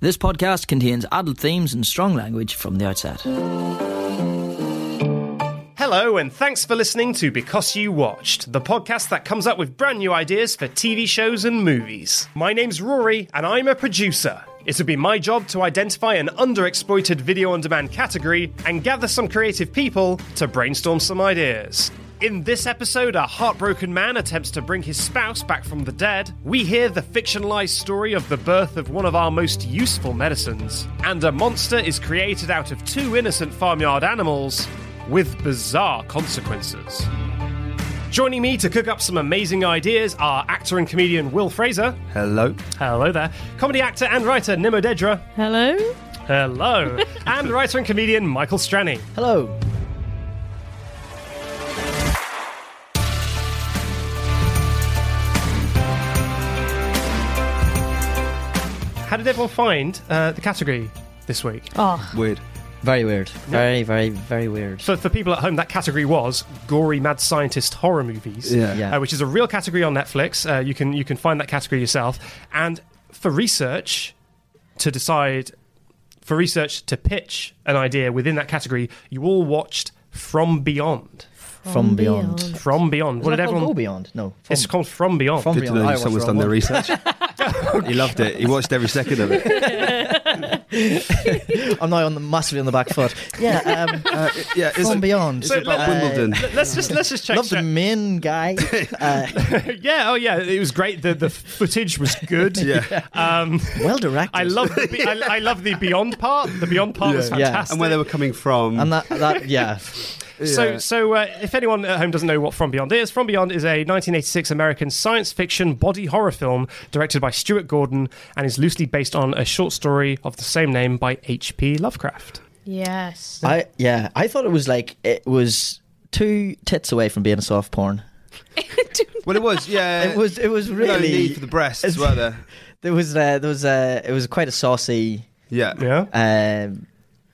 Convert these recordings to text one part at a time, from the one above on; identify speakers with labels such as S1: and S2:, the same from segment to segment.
S1: This podcast contains adult themes and strong language from the outset.
S2: Hello, and thanks for listening to Because You Watched, the podcast that comes up with brand new ideas for TV shows and movies. My name's Rory, and I'm a producer. It'll be my job to identify an underexploited video on demand category and gather some creative people to brainstorm some ideas. In this episode, a heartbroken man attempts to bring his spouse back from the dead. We hear the fictionalized story of the birth of one of our most useful medicines. And a monster is created out of two innocent farmyard animals with bizarre consequences. Joining me to cook up some amazing ideas are actor and comedian Will Fraser.
S3: Hello.
S2: Hello there. Comedy actor and writer Nimo Dedra.
S4: Hello?
S2: Hello. and writer and comedian Michael Strani.
S1: Hello.
S2: How did everyone find uh, the category this week?
S1: Ah,
S4: Oh,
S3: Weird.
S1: Very weird. Very, very, very weird.
S2: So for people at home, that category was gory mad scientist horror movies,
S3: Yeah.
S1: Yeah.
S2: uh, which is a real category on Netflix. Uh, you can you can find that category yourself. And for research to decide, for research to pitch an idea within that category, you all watched From Beyond.
S1: From, beyond.
S2: From Beyond. What
S1: Is
S2: did
S1: that called
S2: everyone?
S1: Go beyond. No. From,
S2: It's called From Beyond.
S1: From
S3: Good to
S1: beyond.
S3: know
S1: I
S3: that
S1: was
S3: someone's
S1: wrong.
S3: done their research. he loved it. He watched every second of it.
S1: I'm now on the, massively on the back foot. Yeah. Um,
S3: Uh, yeah, it's,
S1: from beyond.
S3: it's
S2: So
S3: about
S2: let-
S3: Wimbledon.
S2: Let- Let's just let's just check.
S1: Love the
S2: check.
S1: main guy. Uh,
S2: Yeah, oh yeah, it was great. The the footage was good.
S3: Yeah.
S2: Um,
S1: well directed.
S2: I love the be- I, I love the Beyond part. The Beyond part was
S3: Yeah.
S1: Yeah.
S2: fantastic.
S3: And where they were coming from.
S1: And that, that yeah.
S2: So,
S3: Yeah.
S2: so uh, if anyone at home doesn't know what From Beyond is, From Beyond is a 1986 American science fiction body horror film directed by Stuart Gordon and is loosely based on a short story of the same name by H.P. Lovecraft.
S4: yes.
S1: I yeah. I thought it was like it was two tits away from being a soft porn.
S3: well, it was, yeah.
S1: It was it was
S3: no
S1: really
S3: need for the breasts,
S1: It's-
S3: were there?
S1: there was uh, there was uh, it was quite a saucy
S3: Yeah.
S2: Yeah.
S1: Um,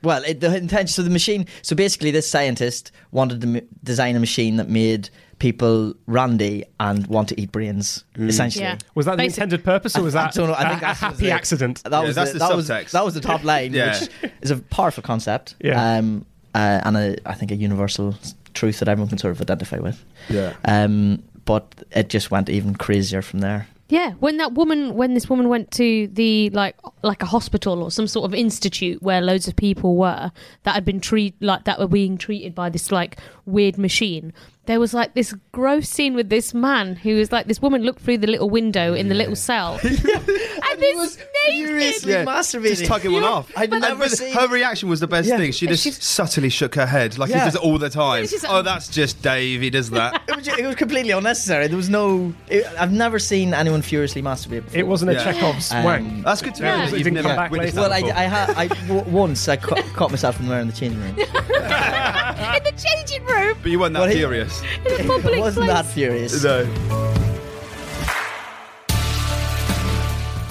S1: well, it, the intention of the machine. So basically, this scientist wanted to m- design a machine that made people randy and want to eat brains.
S3: Mm.
S1: Essentially,
S4: Yeah.
S2: Was that the
S4: Basic-
S2: intended purpose, or was
S1: I
S2: that
S1: don't know, I
S2: a-
S1: think
S2: a,
S1: that's-
S2: happy
S1: yeah.
S2: accident?
S1: that
S3: Yeah,
S1: was
S3: that's
S1: the,
S3: the
S1: that was
S3: subtext.
S1: that was the top line,
S3: Yeah.
S1: which is a powerful concept.
S2: Yeah.
S1: Um, uh, and a, I think a universal s- truth that everyone can sort of identify with.
S3: Yeah.
S1: Um, but it just went even crazier from there.
S4: Yeah, when that woman, when this woman went to the like, like a hospital or some sort of institute where loads of people were that had been treated, like that were being treated by this like weird machine. There was like this gross scene with this man who was like, this woman looked through the little window in the little cell, and, this naked.
S1: furiously masturbating.
S3: Just tugging one off.
S1: I'd
S3: And
S1: never
S3: with-
S1: seen-
S3: Her reaction was the best
S1: Yeah.
S3: thing. She
S1: And
S3: just
S1: she's-
S3: subtly shook her head, like
S1: Yeah.
S3: he does all the time.
S4: she's like-
S3: oh, that's just Dave. He does that.
S1: It was, it was completely unnecessary. There was no. It, I've never seen anyone furiously masturbate. Before.
S2: It wasn't a
S3: Yeah.
S2: Chekhov's
S1: Um,
S2: wank.
S3: That's good to know.
S4: Yeah.
S3: that
S2: So it
S3: you've
S2: didn't
S3: never
S2: come back
S3: witnessed
S2: later.
S1: Well,
S3: that
S1: I,
S3: before.
S1: I, ha- I w- once I ca- caught myself in the mirror in the changing room.
S4: in the changing room
S3: But you weren't that
S1: Well, he-
S3: furious.
S4: in the public
S1: It wasn't
S4: place.
S1: that furious.
S3: No.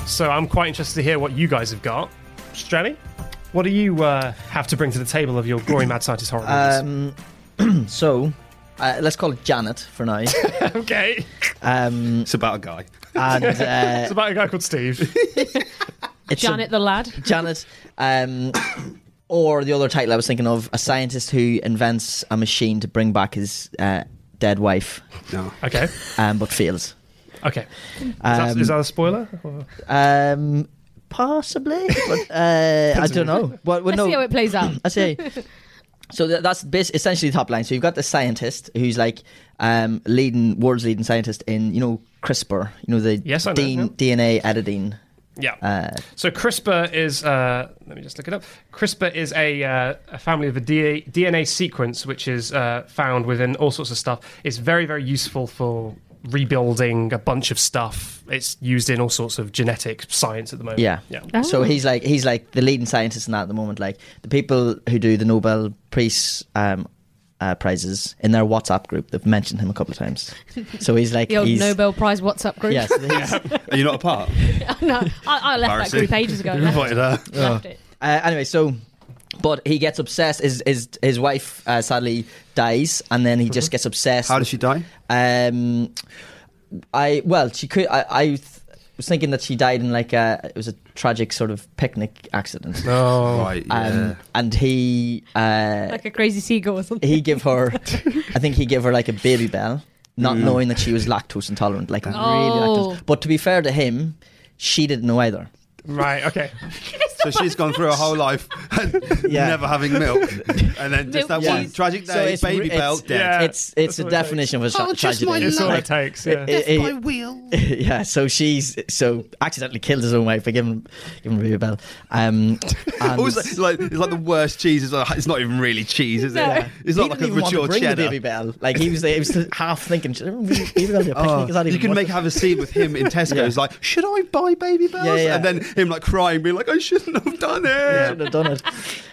S2: So I'm quite interested to hear what you guys have got. Stranny, what do you uh, have to bring to the table of your gory mad scientist horror movies?
S1: Um, so, uh, let's call it Janet for now.
S2: okay,
S1: Um,
S3: It's about a guy.
S1: and uh,
S2: it's about a guy called Steve.
S1: it's a-
S4: Janet the lad.
S1: Janet. Um, or the other title I was thinking of: a scientist who invents a machine to bring back his uh, dead wife,
S3: No.
S2: Okay,
S1: um, but fails.
S2: okay. Is,
S1: Um,
S2: that, is that a spoiler? Or-
S1: Um, possibly, but uh, I don't know. Well, well,
S4: Let's see how
S1: no,
S4: it plays out.
S1: I see. So tha- that's bas essentially the top line. So you've got the scientist who's like um, leading, world's leading scientist in you know CRISPR, you know the
S2: Yes, I know,
S1: DN- DNA editing.
S2: yeah.
S1: Uh,
S2: So CRISPR is uh, let me just look it up. CRISPR is a, uh, a family of a DA, DNA sequence which is uh, found within all sorts of stuff. It's very very useful for rebuilding a bunch of stuff. It's used in all sorts of genetic science at the moment.
S1: Yeah.
S2: yeah.
S4: Oh.
S1: So he's like he's like the leading scientist in that at the moment. Like the people who do the Nobel Peace um, uh, prizes in their WhatsApp group, they've mentioned him a couple of times. So he's like
S4: The old
S1: he's,
S4: Nobel Prize WhatsApp group.
S1: Yes, he's-
S3: Are you not a part?
S4: no, I, I left that
S3: Embarrassing.
S4: group ages ago. Left,
S2: her.
S4: left it.
S1: Uh, anyway, so but he gets obsessed. His his his wife uh, sadly dies, and then he
S2: Mm-hmm.
S1: just gets obsessed.
S3: How does she die?
S1: Um, I well, she could. I, I th- was thinking that she died in like a it was a tragic sort of picnic accident.
S2: Oh,
S3: Right, yeah.
S1: Um, and he uh,
S4: Like a crazy seagull or something.
S1: he give her, I think he gave her like a baby bell, not knowing that she was lactose intolerant, like
S4: Oh.
S1: really lactose. But to be fair to him, she didn't know either.
S2: right. Okay.
S3: so she's gone through her whole life
S1: Yeah.
S3: never having milk, and then just that
S4: Milk
S3: one
S4: cheese.
S3: tragic
S1: So
S3: day,
S1: it's re-
S3: baby
S1: it's-
S3: bell dead.
S2: Yeah.
S1: it's it's
S2: that's
S1: the
S2: what it takes.
S1: definition of a tra-
S3: Oh, just
S1: tragedy.
S3: my
S2: It's all
S3: Like-
S2: it takes. Yeah.
S1: It- it-
S3: wheel.
S1: yeah, so she's so accidentally killed his own wife by giving giving her a baby bell. Um, and
S3: Also, like it's like the worst cheese. It's, like, it's not even really cheese, is it?
S4: No.
S3: It's
S1: he didn't
S3: not like a
S1: even want to
S3: mature
S1: bring the
S3: cheddar.
S1: baby bell. Like he was, he was half thinking, "Should I bring the baby bell to a
S3: Oh,
S1: picnic? Is that
S3: you
S1: even
S3: can
S1: worth
S3: make
S1: it?"
S3: have a scene with him in Tesco.
S1: Yeah.
S3: It's like, should I buy baby bells?
S1: Yeah, yeah.
S3: And then him like crying, being like, I shouldn't have done it.
S1: should have done it.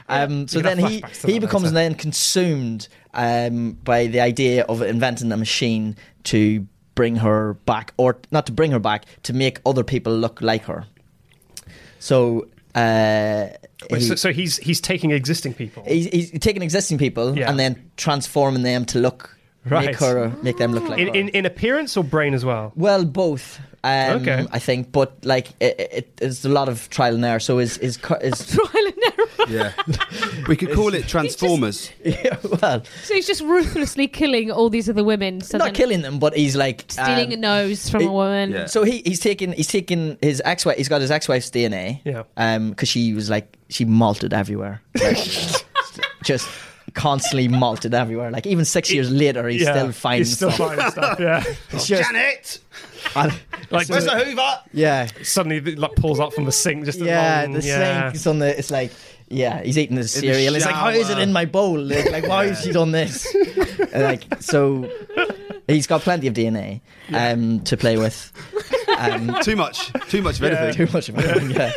S1: Um, so
S2: You can
S1: then
S2: have
S1: he
S2: flashbacks to
S1: he
S2: that
S1: becomes
S2: later.
S1: then consumed um, by the idea of inventing a machine to bring her back, or not to bring her back, to make other people look like her. So. Uh,
S2: Wait,
S1: he-
S2: so, so he's he's taking existing people.
S1: he's, he's taking existing people
S2: Yeah.
S1: and then transforming them to look
S2: Right.
S1: make her make them look like
S2: in,
S1: her.
S2: in, in appearance or brain as well?
S1: well, both. Um,
S2: Okay.
S1: I think, but like it, it, it's a lot of trial and error. So is is cu- is
S4: Trial and error.
S3: Yeah. we could call it Transformers.
S1: yeah, well
S4: So he's just ruthlessly killing all these other women. So
S1: not
S4: then
S1: killing them, but he's like
S4: Stealing a
S1: um,
S4: nose from
S1: it-
S4: a woman.
S3: yeah.
S1: So he, he's taking he's taking his ex wife. He's got his ex wife's DNA.
S2: Yeah.
S1: Um, because she was like she malted everywhere, Like, just constantly malted everywhere. Like even six years later, he's
S2: yeah,
S1: still finding
S2: he's still
S1: stuff.
S2: finding stuff. Yeah.
S1: It's just-
S3: Oh, Janet!
S2: Like
S3: Where's the Hoover?
S1: yeah.
S2: suddenly it, like pulls up from the sink. Just a
S1: Yeah,
S2: long-
S1: the
S2: yeah.
S1: sink is on the. It's like, yeah, he's eating the cereal. It's like, how is it
S3: shower.
S1: in my bowl? Like, like, why has she done this? And, like, so he's got plenty of DNA um, to play with. Um,
S3: Too much. Too much of
S1: too
S3: anything.
S1: much of it. Yeah,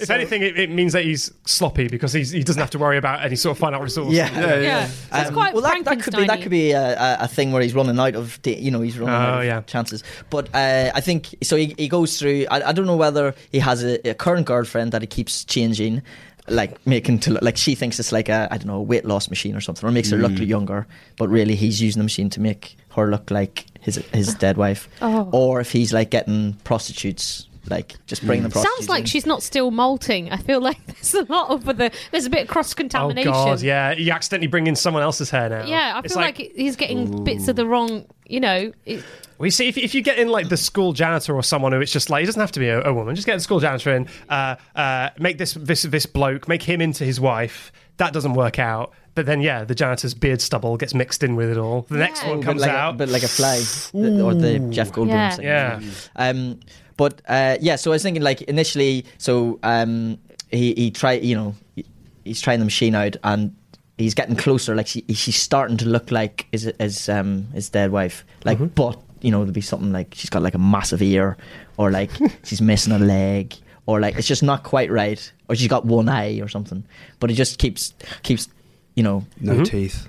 S2: If anything, it, it means that he's sloppy because he's, he doesn't have to worry about any sort of final resource.
S1: yeah.
S3: Yeah, yeah.
S4: Yeah. So it's quite
S1: Um, well, that, that could be that could be a, a- a thing where he's running out of da- you know he's running
S2: Oh,
S1: out of
S2: yeah.
S1: chances. But uh, I think so. He, he goes through. I, I don't know whether he has a, a current girlfriend that he keeps changing, like making to look, like she thinks it's like a I don't know a weight loss machine or something, or makes her look younger. But really, he's using the machine to make her look like his his dead wife.
S4: Oh.
S1: Or if he's like getting prostitutes, like just bringing the prostitutes.
S4: Sounds like
S1: in.
S4: she's not still molting. I feel like there's a lot of the there's a bit of cross
S2: Oh
S4: contamination.
S2: god, yeah. You accidentally bring in someone else's hair now.
S4: Yeah, I
S2: It's
S4: feel like, he's getting bits of the wrong. You know, it,
S2: We see if, if you get in like the school janitor or someone who it's just like it doesn't have to be a, a woman. Just get the school janitor in, uh, uh, make this this this bloke, make him into his wife. That doesn't work out. But then yeah, the janitor's beard stubble gets mixed in with it all. The next
S4: Yeah.
S2: one
S4: Bit
S2: comes
S1: like
S2: out.
S1: a, bit like a fly, the- or the Jeff Goldblum
S4: Yeah.
S1: thing.
S2: yeah,
S1: Um, but uh, yeah, so I was thinking like initially, so um, he he try you know he- he's trying the machine out and he's getting closer. Like she she's starting to look like his his um his dead wife. Like
S2: Mm-hmm.
S1: but you know there'd be something like she's got like a massive ear or like she's missing a leg. Or like it's just not quite right, or she's got one eye or something, but it just keeps keeps, you know,
S3: No teeth.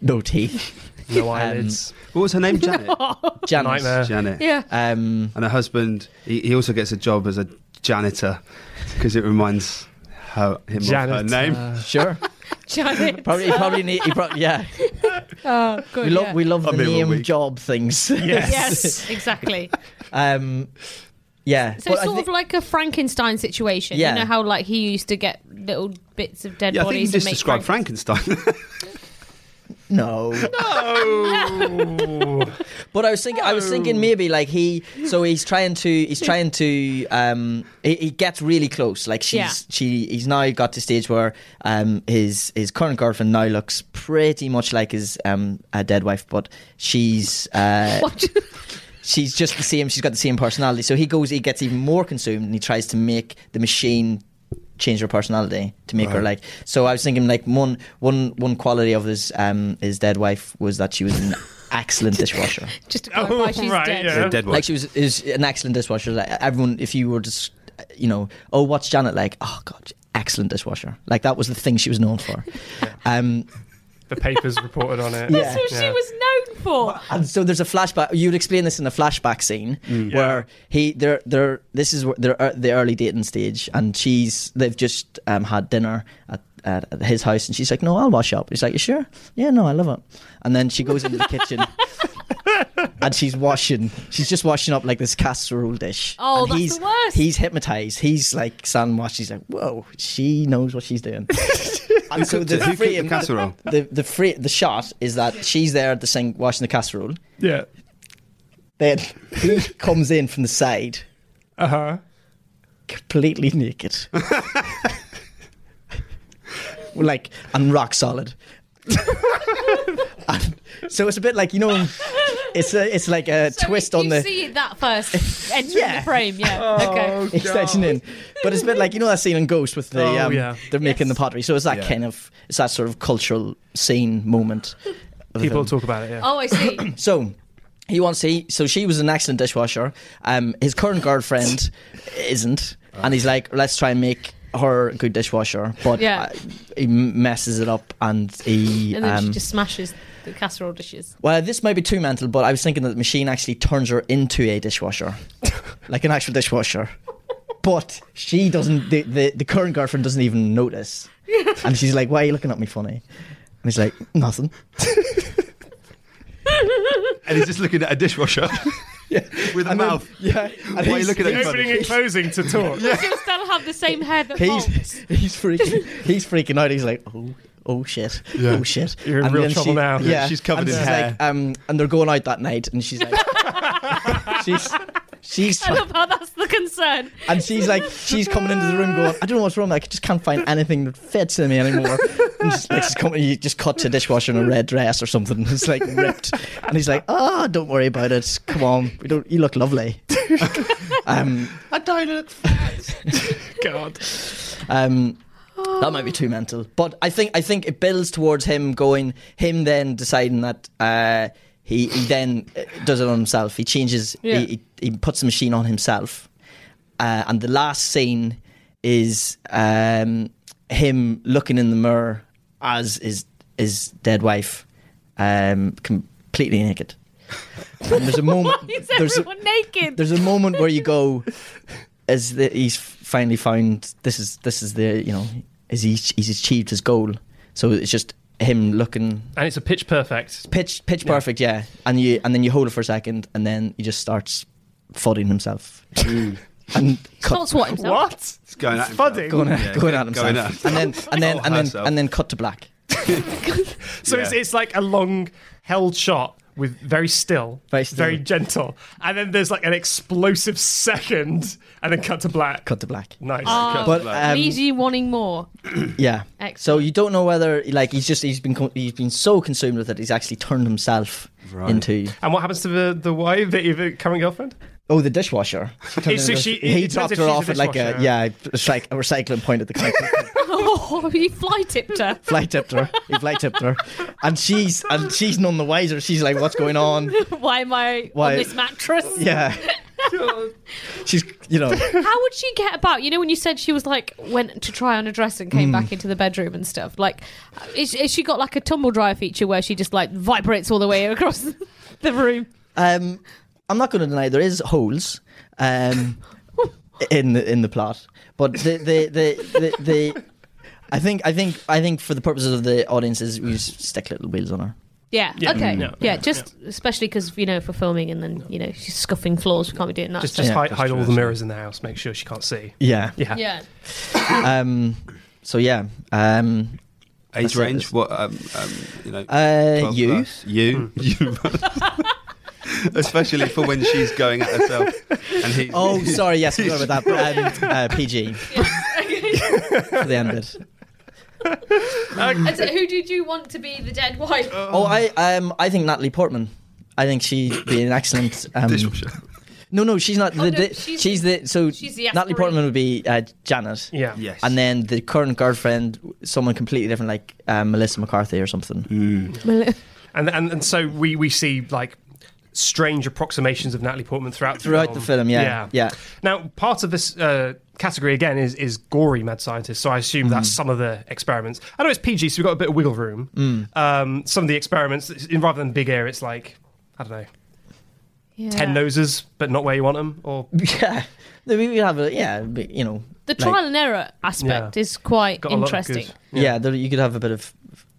S1: no teeth.
S2: no eyelids.
S3: What was her name? Janet.
S1: Janice.
S2: Nightmare.
S3: Janet.
S4: yeah.
S1: Um,
S3: And her husband, he, he also gets a job as a janitor because it reminds her, him
S2: Janitor.
S3: of her name.
S1: sure,
S4: Janet.
S1: probably probably need. He probably, yeah,
S4: Oh, good.
S1: we love
S4: yeah.
S1: we love the
S3: A mirror
S1: name
S3: week.
S1: job things.
S4: Yes, exactly.
S1: Um, yeah.
S4: So
S1: but
S4: it's
S1: I
S4: sort
S1: think-
S4: of like a Frankenstein situation.
S1: Yeah.
S4: You know how like he used to get little bits of dead
S3: Yeah, I think
S4: bodies
S3: you just
S4: and make
S3: described
S4: Franken-
S3: Frankenstein.
S1: no.
S2: Oh,
S1: But I was thinking, I was thinking maybe like he. So he's trying to, he's trying to. Um, he, he gets really close. Like she's,
S4: Yeah.
S1: she, he's now got to stage where um his his current girlfriend now looks pretty much like his um uh, dead wife, but she's uh she's just the same. She's got the same personality. So he goes, he gets even more consumed, and he tries to make the machine change her personality to make her
S3: Right.
S1: like. So I was thinking, like one one one quality of his um his dead wife was that she was an excellent dishwasher.
S4: Just to
S2: Oh,
S4: clarify, she's
S2: right,
S4: dead.
S2: yeah.
S3: A dead one.
S1: like she was is an excellent dishwasher. Like everyone, if you were just, you know, oh, what's Janet like? Oh God, excellent dishwasher. Like that was the thing she was known for. um,
S2: The papers reported on it.
S1: That's
S4: That's what she was known for.
S1: and uh, so there's a flashback. You'd explain this in the flashback scene
S3: Mm.
S1: where he they're they're this is where they're uh, the early dating stage, and she's they've just um, had dinner at. At at his house, and she's like, "No, I'll wash up." He's like, "You sure? Yeah, no, I love it." And then she goes into the kitchen, and she's washing. She's just washing up like this casserole dish.
S4: Oh,
S1: and
S4: that's
S1: he's,
S4: the worst.
S1: He's hypnotized. He's like standing watch. He's like, "Whoa, she knows what she's doing." and so the
S3: Who cooked the
S1: frame,
S3: casserole?
S1: the the free, the shot is that she's there at the sink washing the casserole.
S2: Yeah.
S1: Then he comes in from the side,
S2: Uh huh.
S1: completely naked, like and rock solid. And so it's a bit like you know, it's a it's like a
S4: So
S1: twist
S4: you
S1: on the.
S4: see that first entering
S1: Yeah. Oh.
S4: the frame, yeah. okay.
S1: extension in. But it's a bit like you know that scene in Ghost with the
S2: Oh,
S1: um,
S2: yeah.
S1: they're making the pottery. So it's that
S3: Yeah.
S1: kind of it's that sort of cultural scene moment. of the
S2: People
S1: film.
S2: talk about it. Yeah.
S4: Oh, I see.
S1: So he wants he so she was an excellent dishwasher. Um, his current girlfriend isn't, and he's like, let's try and make her a good dishwasher. But
S4: Yeah.
S1: uh, he messes it up, and he
S4: And then she
S1: um,
S4: just smashes the casserole dishes.
S1: well, this might be too mental, but I was thinking that the machine actually turns her into a dishwasher, like an actual dishwasher. But she doesn't. The, the, the current girlfriend doesn't even notice, and she's like, "Why are you looking at me funny?" And he's like, "Nothing."
S3: And he's just looking at a dishwasher with a
S1: And then-
S3: mouth.
S1: yeah. And
S3: Why are you
S1: he's-
S3: looking at
S2: The
S3: me
S2: opening
S3: funny?
S2: and closing to talk.
S4: She'll still have the same hair that
S1: He's
S4: molts.
S1: he's freaking he's freaking out. He's like, "Oh, oh shit,
S3: Yeah.
S1: oh shit."
S2: You're in real
S1: then
S2: trouble now.
S1: Yeah,
S3: She's covered
S1: and
S3: in
S1: she's
S3: hair.
S1: Like, um, and they're going out that night, and she's like, she's she's
S4: I love how that's the concern.
S1: And she's like, she's coming into the room going, I don't know what's wrong. I just can't find anything that fits in me anymore. And just, like, she's coming, you just cut to a dishwasher in a red dress or something. It's like ripped. And he's like, oh, don't worry about it. Come on. We don't, you look lovely. um,
S3: I don't look.
S2: God.
S1: um, that might be too mental. But I think, I think it builds towards him going, him then deciding that, uh, he, he then uh, does it on himself. He changes,
S4: Yeah.
S1: he, he, he puts the machine on himself. uh, and the last scene is um, him looking in the mirror as his his dead wife, um, completely naked. And there's a moment.
S4: Why is
S1: Oh there's a,
S4: everyone naked?
S1: there's a moment where you go, as the, he's finally found this is this is the you know is he he's achieved his goal. So it's just him looking
S2: And it's a pitch perfect.
S1: pitch pitch perfect, yeah. And you and then you hold it for a second, and then he just starts fudding himself. and cut,
S4: Not swat himself.
S2: What?
S3: It's going at him.
S2: Fudding.
S1: going at,
S3: Yeah,
S1: going at
S3: go- going
S1: himself, and then and then
S3: Or
S1: and then
S3: herself.
S1: and then cut to black.
S2: So it's,
S3: Yeah.
S2: it's like a long held shot with very still,
S1: Very still.
S2: gentle, and then there's like an explosive second, and then cut to black.
S1: Cut to black.
S2: Nice.
S4: Oh,
S1: But
S3: black.
S1: um,
S4: leaves you wanting more.
S1: yeah,
S4: Excellent.
S1: so you don't know whether like he's just he's been co- he's been so consumed with it he's actually turned himself
S3: Right.
S1: into
S2: and what happens to the the wife, the, the current girlfriend?
S1: oh the dishwasher.
S2: It's- so she-
S1: he
S2: it
S1: dropped
S2: turns if
S1: her
S2: she's a
S1: off at like a
S2: dishwasher.
S1: yeah it's like a recycling point at the country.
S4: Oh, you fly tipped her.
S1: fly tipped her. He fly tipped her, and she's and she's none the wiser. She's like, what's going on?
S4: Why am I
S1: Why-
S4: on this mattress?
S1: Yeah, she's you know
S4: How would she get about? You know, when you said she was like went to try on a dress and came back into the bedroom and stuff. Like, is, is she got like a tumble dryer feature where she just like vibrates all the way across the room?
S1: Um, I'm not going to deny there is holes um, in the in the plot, but the the the, the, the I think I think I think for the purposes of the audiences, we just stick little wheels on her.
S4: Yeah.
S2: Yeah.
S4: Okay.
S2: Mm.
S4: Yeah.
S2: Yeah.
S4: Just especially because you know for filming and then you know she's scuffing floors. We can't be doing that.
S2: Just just
S1: Yeah,
S2: hide,
S3: that's
S2: hide
S3: true,
S2: all the
S3: that's
S2: mirrors in the house. Make sure she can't see.
S1: Yeah.
S2: Yeah.
S4: yeah.
S1: Um. So yeah. Um.
S3: Age
S1: That's it,
S3: range?
S1: that's-
S3: What? Um, um, you know.
S1: Uh.
S3: 12
S1: You.
S3: plus. You. You. Especially for when she's going at herself and he.
S1: Oh, sorry. Yes, I forgot about that. Um, uh, PG for the end bit.
S4: And so who did you want to be the dead wife?
S1: Oh, I um. I think Natalie Portman. I think she'd be an excellent um,
S3: Dishwasher.
S1: No, no, she's not.
S4: Oh,
S1: the,
S4: no,
S1: the-
S4: she's
S1: she's,
S4: the-
S1: the so
S4: she's the
S1: Natalie
S4: aspirant.
S1: Portman would be uh, Janet.
S2: Yeah.
S3: Yes.
S1: And then uh,
S2: Mm.
S1: the current girlfriend, someone completely different, like um, Melissa McCarthy or something.
S4: Mel-
S2: and and, and so we we see like strange approximations of Natalie Portman throughout
S1: Throughout the film, yeah, yeah.
S2: Now, part of this uh, category again is is gory mad scientist, so I assume that's
S1: Mm.
S2: some of the experiments. I know it's PG, so we've got a bit of wiggle room.
S1: Mm.
S2: Um, some of the experiments, it's- rather than big air, it's like I don't know, ten noses, but not where you want them, or
S1: yeah. I mean, we have a yeah, it'd be, you know,
S4: The
S1: like-
S4: trial and error aspect
S2: Yeah.
S4: is quite
S2: got a lot of good-
S4: interesting.
S1: yeah, there- you could have a bit of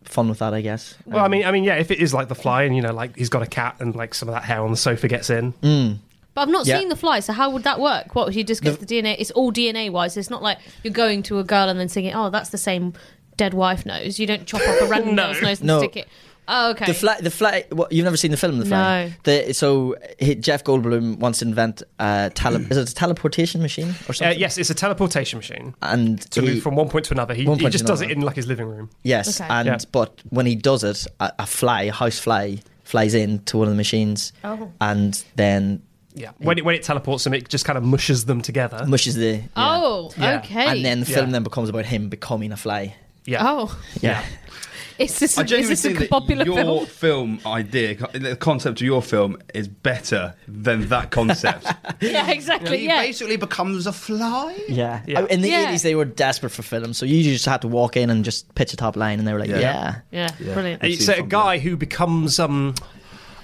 S1: fun with that, I guess. Um,
S2: Well, I mean, I mean, yeah. If it is like the fly, and you know, like he's got a cat, and like some of that hair on the sofa gets in.
S1: Mm.
S4: But I've not
S1: Yeah.
S4: seen the fly, so how would that work? What if you just get the, DNA? It's all DNA wise. It's not like you're going to a girl and then singing, "Oh, that's the same dead wife nose." You don't chop off a random
S2: No.
S4: girl's nose and
S1: No.
S4: stick it. Oh, okay.
S1: The fly, the fly. What, you've never seen the film, the fly.
S4: No.
S1: The, so he, Jeff Goldblum wants to invent a tele, is it a teleportation machine or
S2: Uh,
S1: something?
S2: yes, it's a teleportation machine
S1: And
S2: to
S1: he-
S2: move from one point to another. He,
S1: One
S2: he
S1: point to
S2: just does it
S1: another.
S2: in like his living room.
S1: Yes,
S4: Okay.
S1: and
S2: Yeah.
S1: but when he does it, a, a fly, a house fly, flies in to one of the machines,
S4: Oh.
S1: and then
S2: Yeah. When it when it teleports them, it just kind of mushes them together.
S1: mushes the. yeah.
S4: Oh,
S2: Yeah.
S4: okay.
S1: And then the film
S2: Yeah.
S1: then becomes about him becoming a fly.
S2: Yeah.
S4: oh,
S1: Yeah.
S4: is this
S3: I
S4: is
S3: genuinely
S4: this
S3: think
S4: a
S3: that
S4: popular
S3: your
S4: film?
S3: film idea, the concept of your film, is better than that concept.
S4: Yeah, exactly.
S3: he
S4: Yeah.
S3: basically becomes a fly.
S1: Yeah.
S2: Yeah.
S1: In the
S4: Yeah.
S1: 80s, they were desperate for films, so you just had to walk in and just pitch a top line, and they were like, yeah.
S3: Yeah.
S4: yeah,
S3: Yeah.
S4: brilliant.
S3: It
S2: It's
S3: seems
S2: a
S3: from
S2: guy who becomes um,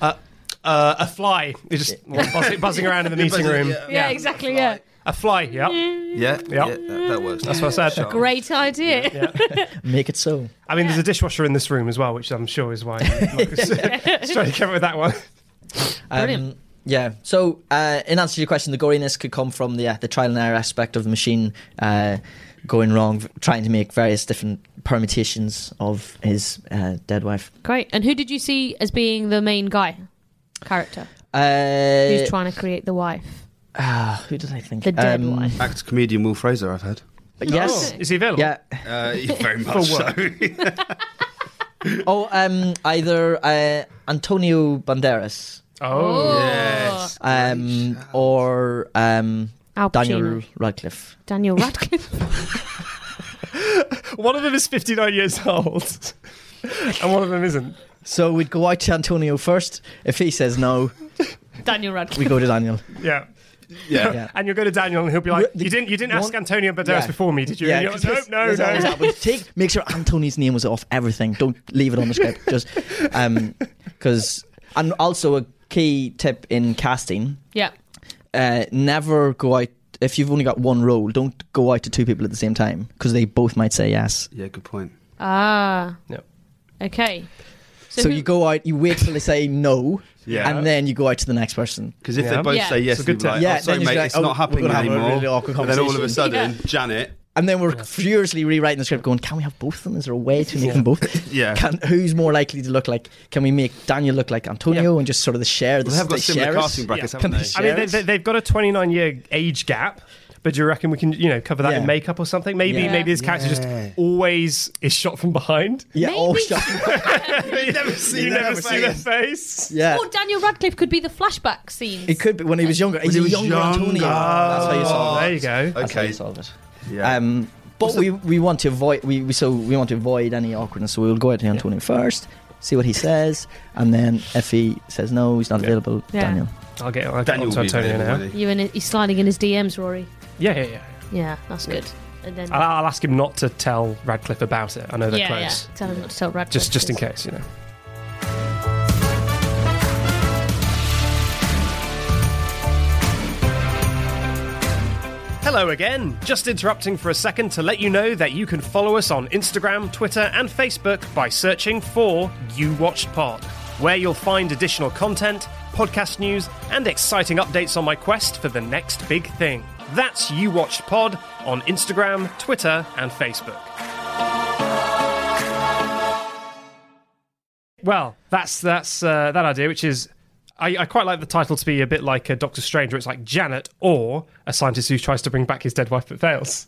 S2: uh, uh, a fly. He's just buzzing, buzzing around in the meeting
S3: buzzing,
S2: room.
S3: yeah.
S4: Yeah, exactly. Yeah,
S2: A fly. Yeah.
S3: Yeah, yeah, that, that works.
S2: That's what I said.
S3: Sure.
S4: great idea.
S1: Make it so.
S2: I mean, there's a dishwasher in this room as well, which I'm sure is why Marcus is trying to cover with that one.
S1: Um,
S4: Brilliant.
S1: yeah. So, uh, in answer to your question, the goriness could come from the uh, the trial and error aspect of the machine uh, going wrong, v- trying to make various different permutations of his uh, dead wife.
S4: Great. And who did you see as being the main guy character
S1: Uh,
S4: who's trying to create the wife,
S1: ah, who did I think?
S4: the dead
S1: Um,
S4: wife?
S3: Actor comedian Will Fraser, I've heard.
S1: Yes.
S2: Oh, is he available?
S1: Yeah.
S3: Uh, very
S2: For
S3: much
S2: work.
S1: Oh, um, either uh, Antonio Banderas
S2: Oh.
S3: Yes.
S1: um, or um,
S4: Al
S1: Daniel
S4: Pacino.
S1: Radcliffe.
S4: Daniel Radcliffe.
S2: One of them is 59 years old, and one of them isn't.
S1: So we'd go out to Antonio first. If he says no,
S4: Daniel
S1: we
S4: Radcliffe.
S1: go to Daniel.
S2: Yeah.
S3: Yeah.
S1: Yeah.
S2: And you'll go to Daniel, and he'll be like,
S1: The-
S2: "You didn't, you didn't ask
S1: one-
S2: Antonio Banderas
S1: Yeah.
S2: before me, did you?" And you're
S1: 'cause
S2: like,
S1: this-
S2: no, no,
S1: this always
S2: no.
S1: happens. Take, make sure Anthony's name is off everything. Don't leave it on the script. Just because, and also a key tip in casting:
S4: Yeah.
S1: uh, never go out if you've only got one role. Don't go out to two people at the same time because they both might say yes.
S3: Yeah, good point.
S4: Ah.
S2: Yep.
S4: Okay.
S1: So,
S4: who-
S1: you go out, you wait till they say no,
S3: Yeah.
S1: and then you go out to to the next person.
S3: Because if
S2: Yeah.
S3: they both
S4: Yeah.
S3: say yes,
S2: It's a good
S3: it's good like,
S1: tip. Yeah,
S3: yeah, oh, sorry,
S1: then you're
S3: mate,
S1: just
S3: it's
S1: like, oh,
S3: not happening
S1: we're gonna have a
S3: anymore.
S1: really awkward
S3: and then all of a
S1: conversation.
S3: sudden,
S4: Yeah.
S3: Janet,
S1: And then we're furiously rewriting the script, going, "Can we have both of them? Is there a way to make them both?
S3: Yeah.
S1: Can, who's more likely to look like? Can we make Daniel look like Antonio and just sort of the share? The,
S3: they have got
S1: the
S3: similar
S1: share us?
S3: casting brackets,
S1: Can
S3: haven't
S1: they
S3: they?
S2: I mean, they,
S1: Yes.
S2: they, they've got a 29 year age gap, but do you reckon we can, you know, cover that
S1: Yeah.
S2: in makeup or something? Maybe,
S4: Yeah.
S2: maybe this character
S3: Yeah.
S2: just always is shot from behind.
S1: Yeah. Oh,
S4: Maybe.
S1: shut-
S2: you never see, you
S1: their
S2: never see their face.
S1: yeah.
S4: Or Oh, Daniel Radcliffe could be the flashback scenes.
S1: It could be when he was younger. He's
S3: he
S1: a
S3: was
S1: younger Antonio.
S3: younger.
S1: Oh, That's how you solve it.
S2: Oh, There you go.
S1: That's how
S3: Okay.
S1: you solve it.
S3: yeah.
S1: Um, but we, we want to avoid we, we so we want to avoid any awkwardness. So we'll go out to Antonio first, see what he says, and then if he says no, he's not available.
S4: Yeah.
S1: Daniel.
S2: I'll get, I'll get
S3: Daniel
S2: on to
S3: will be
S2: Antonio
S3: there,
S2: now.
S3: won't he?
S4: You and he's sliding in his DMs, Rory.
S2: Yeah, yeah, yeah.
S4: Yeah, that's good. And then
S2: I'll, I'll ask him not to tell Radcliffe about it. I know they're
S4: yeah,
S2: close.
S4: yeah. Tell him not to tell Radcliffe.
S2: Just, just in case, you know. Hello again. Just interrupting for a second to let you know that you can follow us on Instagram, Twitter, and Facebook by searching for You Watched Pod, where you'll find additional content, podcast news, and exciting updates on my quest for the next big thing. That's You Watched Pod on Instagram, Twitter, and Facebook. Well, that's that's uh, that idea, which is I, I quite like the title to be a bit like a Doctor Strange, where it's like Janet or a scientist who tries to bring back his dead wife but fails,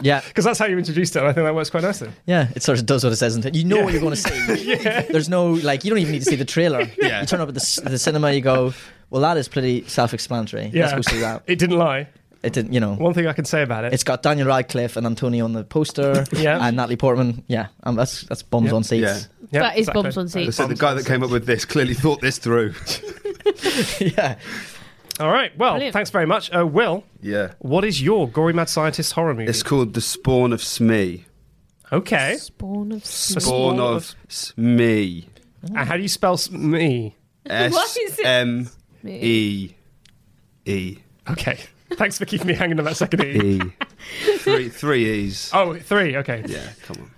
S1: Yeah,
S2: because that's how you introduced it. And I think that works quite nicely.
S1: yeah. It sort of does what it says. Until, you know what you're going to see. There's no like you don't even need to see the trailer.
S3: Yeah.
S1: You turn up at the, c- the cinema, you go, well, that is pretty self-explanatory. Let's go see that.
S2: it didn't lie.
S1: It didn't, you know.
S2: One thing I can say about it.
S1: It's got Daniel Radcliffe and Antonio on the poster,
S2: Yeah.
S1: and Natalie Portman. Yeah, um, that's that's bums
S2: Yep.
S1: on seats.
S3: Yeah.
S2: Yeah,
S4: but his
S2: exactly.
S4: bombs on
S3: They
S4: seat.
S3: said the guy that came up with this clearly thought this through.
S1: yeah.
S2: All right. Well,
S4: Brilliant.
S2: thanks very much. Uh, Will,
S3: yeah.
S2: what is your gory mad scientist horror movie?
S3: It's called The Spawn of Smee.
S2: okay.
S4: Spawn of
S3: Spawn,
S2: Spawn
S3: of,
S2: of-
S3: Smee.
S2: Uh, how do you spell s- me?
S3: S
S4: is it-
S3: M E E
S2: Okay. Thanks for keeping me hanging on that second E.
S3: E. Three three E's.
S2: Oh, three. Okay.
S3: Yeah, come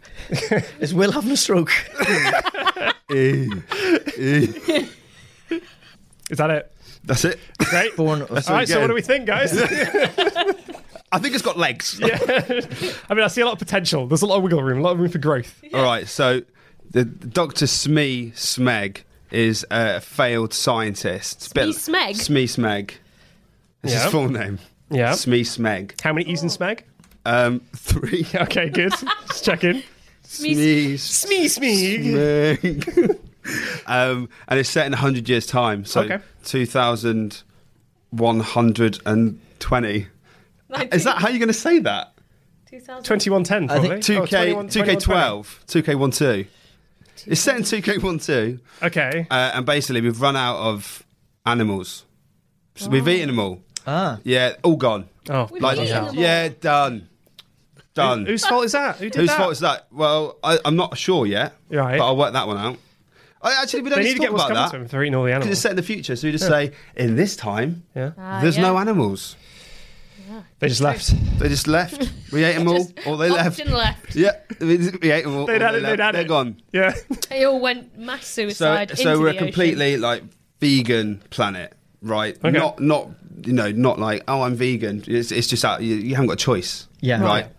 S1: Is Will having a stroke?
S3: on. E. E.
S2: Is that it?
S3: That's it.
S2: Great. All
S1: Born of
S2: right. So,
S3: again.
S2: what do we think, guys?
S3: I think it's got legs.
S2: I mean, I see a lot of potential. There's a lot of wiggle room, a lot of room for growth.
S3: All right, so the Dr. Smee Smeg is a failed scientist. It's a bit-
S4: Smee Smeg?
S3: Smee Smeg. It's
S2: Yeah.
S3: his full name.
S2: Yeah.
S3: Smee Smeg.
S2: How many E's in Smeg?
S3: Um, three.
S2: Okay, good. Just checking.
S3: Smee
S2: Smee, Smee.
S3: Smeg. um, and it's set in 100 years' time, so
S2: Okay.
S3: 2120. Is that how you're going to say that?
S2: Oh, 2110,
S1: I
S2: probably.
S1: think
S2: Oh,
S3: 2K,
S2: 21 2110.
S3: 2K12, 2K12. It's set in 2K12.
S2: Okay.
S3: uh, and basically we've run out of animals. So we've eaten them all.
S1: Ah.
S3: Yeah, all gone.
S2: Oh,
S3: Like,
S4: eaten them all.
S3: yeah, done, done.
S2: whose fault is that? Who did
S3: Whose
S2: that?
S3: fault is that? Well, I, I'm not sure yet.
S2: Right.
S3: but I'll work that one out. I, actually, we don't
S2: They
S3: need
S2: need to get
S3: talk
S2: what's
S3: about
S2: coming
S3: that
S2: to them if they're eating all the
S3: because it's
S2: animals.
S3: set in the future. So we just say in this time
S2: Yeah.
S3: there's no animals.
S2: They just left.
S3: They just left. We ate them all, or they left.
S4: left.
S3: Yeah, we, we ate them all.
S2: They'd
S3: or
S2: had
S3: they
S2: it,
S3: left.
S2: they'd had
S3: They're
S2: it.
S3: gone.
S2: Yeah.
S4: They all went mass
S3: so
S4: suicide.
S3: so
S4: into
S3: we're a
S4: the ocean.
S3: completely like vegan planet right
S2: Okay.
S3: not not you know not like oh i'm vegan it's, it's just out you, you haven't got a choice
S1: Yeah.
S3: right
S1: Right.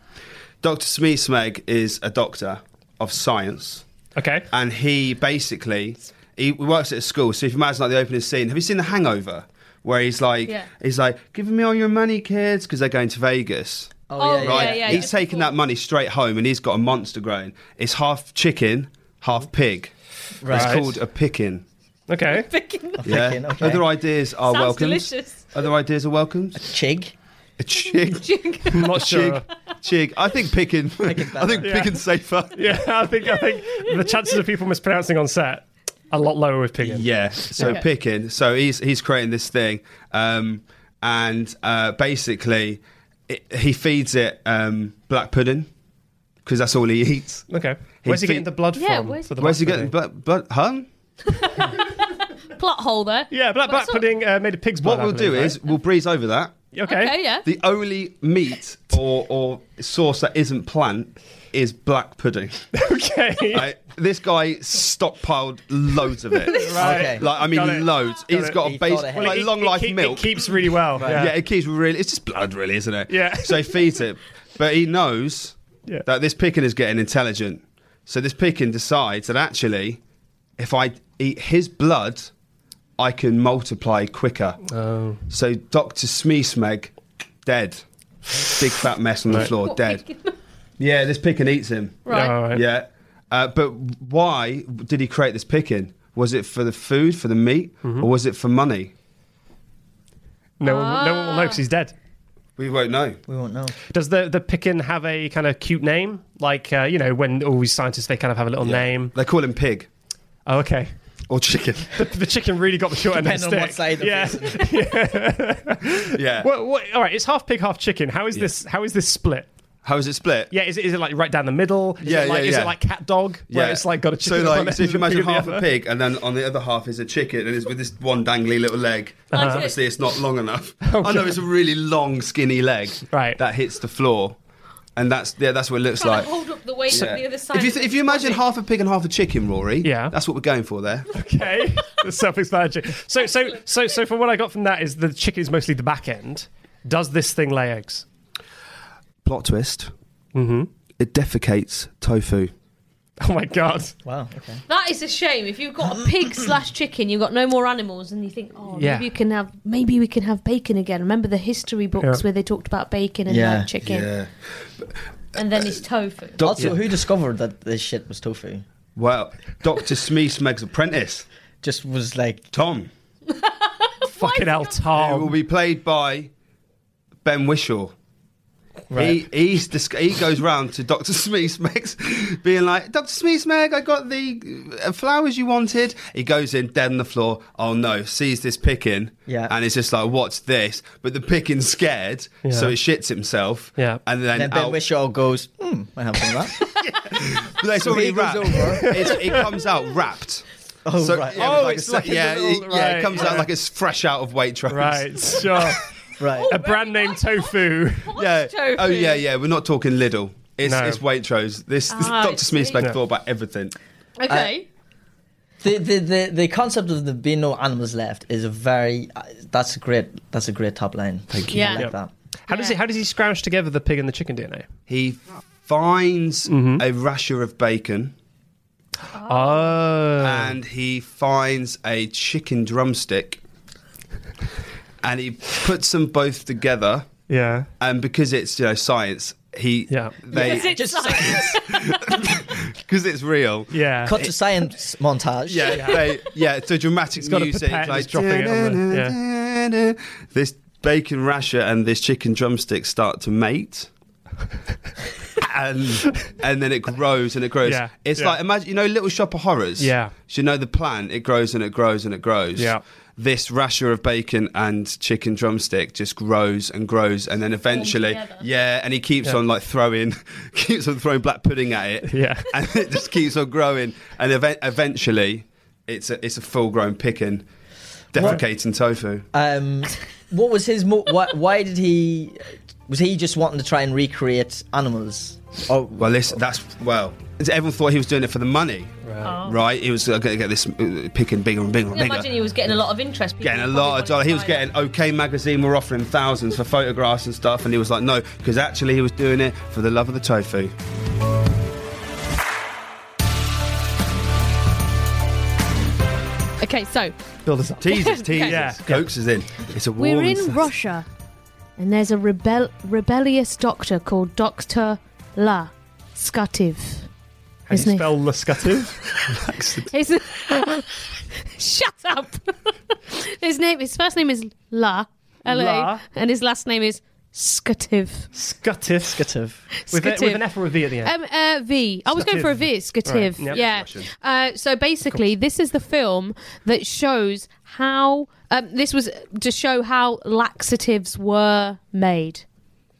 S3: dr smee smeg is a doctor of science
S2: Okay.
S3: and he basically he works at a school. So if you imagine like the opening scene, have you seen The Hangover? Where he's like,
S4: Yeah.
S3: he's like, giving me all your money, kids, because they're going to Vegas.
S4: Oh, yeah,
S3: Right?
S4: yeah,
S3: he's
S4: just
S3: taking
S4: before.
S3: that money straight home, and he's got a monster growing. It's half chicken, half pig. It's
S1: Right.
S3: called a pickin.
S2: Okay.
S3: Yeah.
S1: Picking, okay.
S3: Other ideas are
S4: Sounds
S3: welcomed.
S4: delicious.
S3: Other ideas are welcomed.
S1: Chig.
S3: A chig,
S2: I'm not sure.
S3: chig, chig. I think picking. I think,
S1: better.
S3: picking's safer.
S2: Yeah, I think I think the chances of people mispronouncing on set a lot lower with Piggin.
S3: Yeah. So
S4: Okay.
S3: picking. So he's he's creating this thing, um, and uh, basically it, he feeds it um, black pudding because that's all he eats.
S2: Okay.
S3: He
S2: Where's he
S3: fe-
S2: getting the blood
S4: Yeah,
S2: from?
S4: where's-
S2: for the
S3: Where's he
S2: black
S3: getting
S2: pudding?
S3: blood? blood huh?
S4: plot hole there.
S2: Yeah, black,
S4: But
S2: black
S4: it's not-
S2: pudding uh, made of pig's blood.
S3: What we'll
S2: I
S3: do
S2: believe,
S3: is we'll breeze over that.
S2: right? okay.
S4: Okay, yeah.
S3: The only meat or, or sauce that isn't plant is black pudding.
S2: Okay.
S3: I, this guy stockpiled loads of it.
S2: Right.
S1: Okay.
S3: Like I
S2: Got it.
S3: mean, loads. He's
S1: it.
S3: got
S1: He
S3: a base
S1: thought ahead.
S3: like
S1: Well,
S2: it-
S3: long
S2: it
S3: life
S2: keep-
S3: milk.
S2: It keeps really well.
S3: yeah.
S2: Yeah.
S3: it keeps really. It's just blood, really, isn't it?
S2: Yeah.
S3: So he feeds it, but he knows
S2: Yeah.
S3: that this picking is getting intelligent. So this picking decides that actually, if I eat his blood, I can multiply quicker.
S2: Oh.
S3: So Doctor Smeesmeg, dead, big fat mess on the floor, dead. Yeah, this picking eats him.
S4: Right.
S2: All right.
S3: Yeah. Uh, but why did he create this picking? Was it for the food, for the meat,
S2: Mm-hmm.
S3: or was it for money?
S2: No, one, no one will know
S4: Ah.
S2: because he's dead.
S3: We won't know.
S1: We won't know.
S2: Does the the Pickin have a kind of cute name? Like uh, you know, when all these scientists they kind of have a little name.
S3: They call him pig
S2: Oh, okay.
S3: or chicken.
S2: The, the chicken really got the short end of the
S1: Depending
S2: stick.
S1: on what side of
S2: yeah.
S1: it
S3: yeah.
S2: Well, what, all right. It's half pig, half chicken. How is this? How is this split?
S3: How is it split?
S2: Yeah, is it, is it like right down the middle? Is
S3: Yeah,
S2: it like,
S3: yeah,
S2: Is
S3: yeah.
S2: it like cat dog? Where it's like got a chicken.
S3: So,
S2: on
S3: like,
S2: one
S3: so if
S2: end
S3: you
S2: and
S3: imagine
S2: pig on the
S3: half a
S2: other.
S3: pig, and then on the other half is a chicken, and it's with this one dangly little leg.
S2: Uh-huh.
S3: And
S4: Okay.
S3: obviously, it's not long enough. I know it's a really long, skinny leg
S2: Right.
S3: that hits the floor, and that's yeah, that's what it looks
S4: Trying
S3: like.
S4: to hold up the weight
S3: Yeah.
S4: of the other side.
S3: if you
S4: of
S3: th-
S4: the
S3: if you imagine
S4: body.
S3: half a pig and half a chicken, Rory,
S2: Yeah.
S3: that's what we're going for there.
S2: Okay, that's self-explanatory. So, so, so, so, from what I got from that is the chicken is mostly the back end. Does this thing lay eggs?
S3: Plot twist. Mm-hmm. It defecates tofu.
S2: Oh my god!
S1: Wow. Okay.
S4: that is a shame. If you've got a pig slash chicken, you've got no more animals, and you think, oh,
S2: Yeah.
S4: maybe you can have, maybe we can have bacon again. Remember the history books
S2: Yeah.
S4: where they talked about bacon and
S1: Yeah.
S4: like, chicken, and then it's tofu.
S1: Also, who discovered that this shit was tofu?
S3: Well, Doctor Smee Smeg's apprentice,
S1: Just was like,
S3: Tom,
S2: Fucking hell, Um,
S3: who will
S2: Tom!
S3: be played by Ben Wishaw.
S1: Right.
S3: He he's dis- he goes round to Doctor Smeesmeg, being like, Doctor Smeesmeg, I got the uh, flowers you wanted. He goes in dead on the floor. Oh no! Sees this picking,
S1: Yeah.
S3: and it's just like, what's this? But the picking's scared, so
S2: Yeah.
S3: he shits himself.
S2: Yeah.
S3: and then,
S1: Then Ben
S3: out-
S1: Whishaw goes, hmm, I have some of that.
S3: But it's already
S1: he goes
S3: wrapped.
S1: over.
S3: It's, it comes out wrapped.
S1: Oh,
S3: So,
S1: right.
S3: yeah,
S2: Oh,
S3: like
S2: it's
S3: a,
S2: like
S3: se- yeah,
S2: a little-
S3: it- yeah,
S2: right,
S3: it comes out
S2: yeah.
S3: like it's fresh out of Waitrose.
S2: Right, sure.
S1: Oh, Right.
S2: A brand name tofu.
S3: Yeah.
S4: Tofu.
S3: Oh yeah, yeah. We're not talking Lidl. It's,
S2: No.
S3: it's Waitrose. This, this
S4: Ah, I
S3: Dr. Smith's
S4: see.
S3: back thought about everything.
S4: Okay.
S1: the, the, the, the concept of there being no animals left is a very uh, that's a great that's a great top line. Thank
S4: you.
S1: I
S4: Yeah.
S1: like
S4: Yep.
S1: that.
S2: How does he? How does he scrounge together the pig and the chicken DNA?
S3: He finds
S2: Mm-hmm.
S3: a rasher of bacon
S2: Oh,
S3: and he finds a chicken drumstick and he puts them both together.
S2: yeah.
S3: And because it's you know science, he
S2: Yeah.
S3: they
S4: Because it's
S1: Just
S4: like-
S3: because it's real.
S2: Yeah.
S1: Cut to science montage.
S3: Yeah, they, yeah. So dramatic
S2: got a
S3: music,
S2: pipette and
S3: like
S2: it's dropping it on
S3: yeah. This bacon rasher and this chicken drumstick start to mate, and and then it grows and it grows.
S2: Yeah,
S3: It's
S2: yeah.
S3: like imagine you know Little Shop of Horrors.
S2: Yeah.
S3: So you know the plan. It grows and it grows and it grows.
S2: Yeah.
S3: This rasher of bacon and chicken drumstick just grows and grows, and then eventually,
S4: together.
S3: yeah, and he keeps on like throwing, keeps on throwing black pudding at it,
S2: Yeah.
S3: and it just keeps on growing. And ev- eventually, it's a it's a full grown picking, defecating tofu.
S4: Uh,
S1: Um, what was his? Mo- why, why did he? Was he just wanting to try and recreate animals? Oh,
S3: Well, this that's well. Everyone thought he was doing it for the money,
S4: Oh.
S3: right? He was going to get this uh, picking bigger and bigger and
S4: I
S3: bigger.
S4: imagine he was getting a lot of interest. People
S3: Getting a
S4: probably
S3: lot of
S4: wanted
S3: dollars.
S4: to
S3: He was
S4: buy
S3: getting
S4: that.
S3: OK Magazine were offering thousands for photographs and stuff, and he was like, no, because actually he was doing it for the love of the tofu.
S4: Okay, so
S2: build us up.
S3: Teasers, teasers,
S2: Yeah.
S3: coaxes in. It's a war.
S4: we're
S3: and
S4: in
S3: stuff.
S4: Russia, and there's a rebel- rebellious doctor called Doctor La Skativ.
S2: How do
S4: Isn't
S2: you
S4: it?
S2: spell luscative?
S4: His shut up. his name, his first name is La, L
S2: La.
S4: A, and his last name is Skativ.
S2: Scutif.
S1: Scative.
S2: With, a- with
S4: Scutiv.
S2: an F or a V at the end.
S4: Um, uh, v. I was going for a V. It's Skativ.
S2: Right, yep.
S4: Yeah. Uh, so basically, this is the film that shows how um, this was to show how laxatives were made.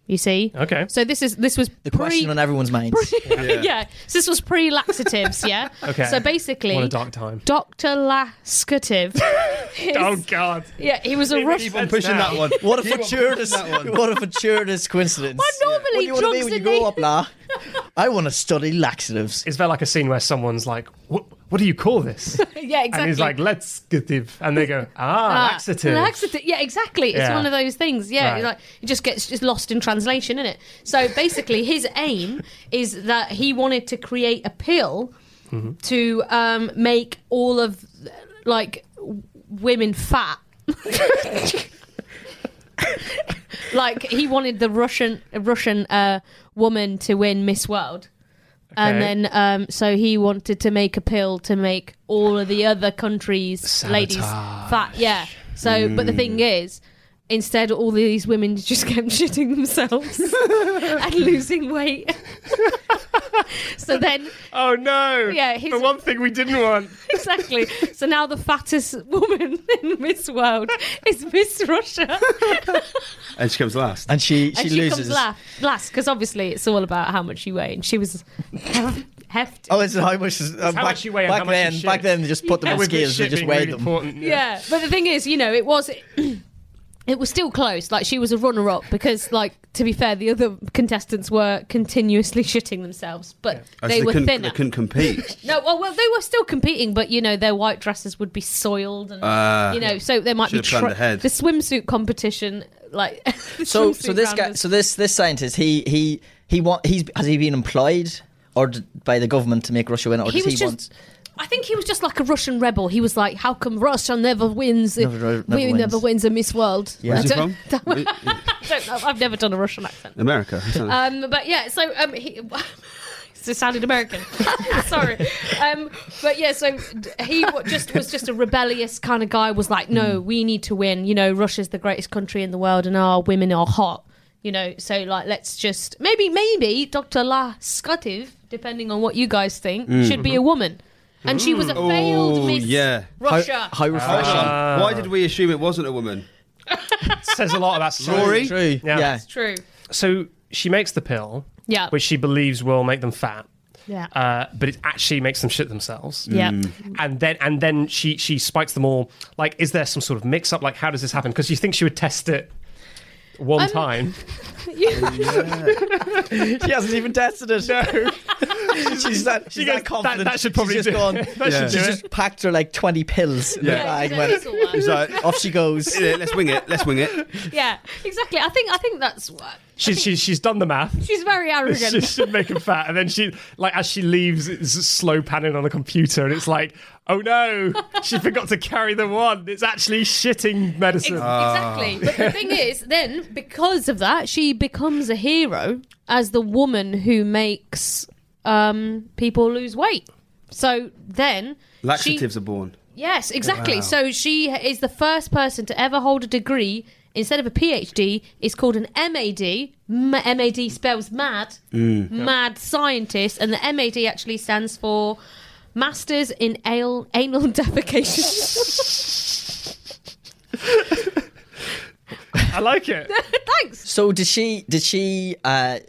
S4: You see.
S2: Okay.
S4: So this is this was
S1: The
S4: pre-
S1: question on everyone's mind.
S4: yeah. So this was pre laxatives. Yeah.
S2: Okay.
S4: So basically.
S2: What a dark time.
S4: Dr. Laskativ.
S2: Oh God.
S4: Yeah, he was a
S2: Keep
S4: Russian.
S3: Keep on pushing that one.
S1: What a fortuitous! What a fortuitous coincidence.
S4: Well, normally
S1: what do you want to be
S4: drugs
S1: when you
S4: are
S1: grow
S4: na-
S1: up, lah? I want to study laxatives.
S2: Is there like a scene where someone's like, "What? What do you call this?"
S4: Yeah, exactly.
S2: And he's like, "Let's get it," and they go, "Ah,
S4: Ah,
S2: laxative."
S4: laxative. Yeah, exactly. It's
S2: Yeah.
S4: one of those things. Yeah,
S2: Right.
S4: like it just gets just lost in translation, innit? So basically, his aim is that he wanted to create a pill
S2: Mm-hmm.
S4: to um, make all of like w- women fat. like he wanted the Russian Russian uh, woman to win Miss World. And
S2: Okay.
S4: then, um, so he wanted to make a pill to make all of the other countries' ladies fat. Yeah. So, but the thing
S1: Mm.
S4: is, instead, all these women just kept shitting themselves and losing weight. so then,
S2: Oh no!
S4: Yeah, he's-
S2: the one thing we didn't want.
S4: exactly. So now the fattest woman in Miss World is Miss Russia.
S3: And she comes last.
S1: And she, she,
S4: and she
S1: loses.
S4: comes last, last, because obviously it's all about how much you weigh. And she was hefty.
S1: Oh, it's how much? Is, uh,
S2: how
S1: back,
S2: much you weigh and
S1: back
S2: how much you
S1: then,
S2: shit.
S1: back then they just put them on
S2: With this
S1: scales. They
S2: shit
S1: just
S2: being
S1: weighed
S2: really
S1: them.
S2: important.
S4: yeah but the thing is you know it was it was still close like she was a runner-up because like to be fair the other contestants were continuously shitting themselves but
S3: Oh, so
S4: they were
S3: couldn't,
S4: thinner
S3: They couldn't compete.
S4: no well, well they were still competing but you know their white dresses would be soiled and
S3: Ah.
S4: you know so there might be
S3: Should've planned ahead.
S4: the swimsuit competition like the
S1: So,
S4: swimsuit
S1: so this
S4: round
S1: guy,
S4: was-
S1: so this this scientist, he he he want he's has he been employed or d- by the government to make Russia win, or
S4: he
S1: does
S4: was
S1: he
S4: just
S1: want?
S4: I think he was just like a Russian rebel. He was like, "How come Russia never wins?
S1: Never- never
S4: we
S1: wins.
S4: never wins a Miss World."
S1: Where's
S4: I
S3: he
S4: don't-
S3: from?
S4: don't know. I've never done a Russian accent.
S3: America. isn't it?
S4: Um, but yeah, so um, he. So it sounded American. Sorry, um, but yeah. So d- he wa- just was just a rebellious kind
S3: Mm.
S4: of guy. Was like, no, we need to win. You know, Russia's the greatest country in the world, and our women are hot. You know, so like, let's just maybe, maybe Dr. La Scutiv, depending on what you guys think, should be a woman. And she was a failed
S3: Mm. Mm-hmm. Ooh,
S4: Miss
S3: yeah.
S4: Russia.
S1: How, how refreshing.
S2: Ah.
S3: Why did we assume it wasn't a woman?
S2: Says a lot about society.
S3: Rory?
S1: True.
S2: Yeah.
S1: Yeah.
S4: It's true.
S2: So she makes the pill,
S4: Yeah.
S2: which she believes will make them fat,
S4: yeah.
S2: uh, but it actually makes them shit themselves.
S4: Mm. yeah.
S3: Mm.
S2: And then and then she she spikes them all. Like, is there some sort of mix up? Like, how does this happen? Because you think she would test it one
S4: I'm-
S2: time.
S1: she hasn't even tested it. No. she's that, she's
S2: goes, "That-
S1: that confident.
S2: that should probably
S1: she's
S2: do
S1: just gone.
S2: it.
S3: should
S1: she's
S3: do
S1: just packed her like 20 pills in
S3: Yeah.
S1: the
S4: Yeah,
S1: bag. and went,
S4: she's a little one.
S3: It's like,
S2: oh,
S1: off she goes.
S3: yeah, let's wing it. Let's wing it.
S4: yeah, exactly. I think I think that's what
S2: She's she's she's done the math.
S4: she's very arrogant.
S2: She should make them fat, and then she like as she leaves, it's a slow panning on the computer, and it's like, oh no, she forgot to carry the one. It's actually shitting
S4: Ex-
S2: medicine.
S4: Exactly. But the thing is, then because of that, she becomes a hero as the woman who makes um, people lose weight. So then, she-
S3: Laxatives are born.
S4: yes, exactly. So she is the first person to ever hold a degree. Instead of a PhD, it's called an MAD. M- MAD spells mad, mad scientist, and the MAD actually stands for Masters in Anal, anal Defecation.
S2: I like it.
S4: Thanks.
S1: So did she? Did she? Uh,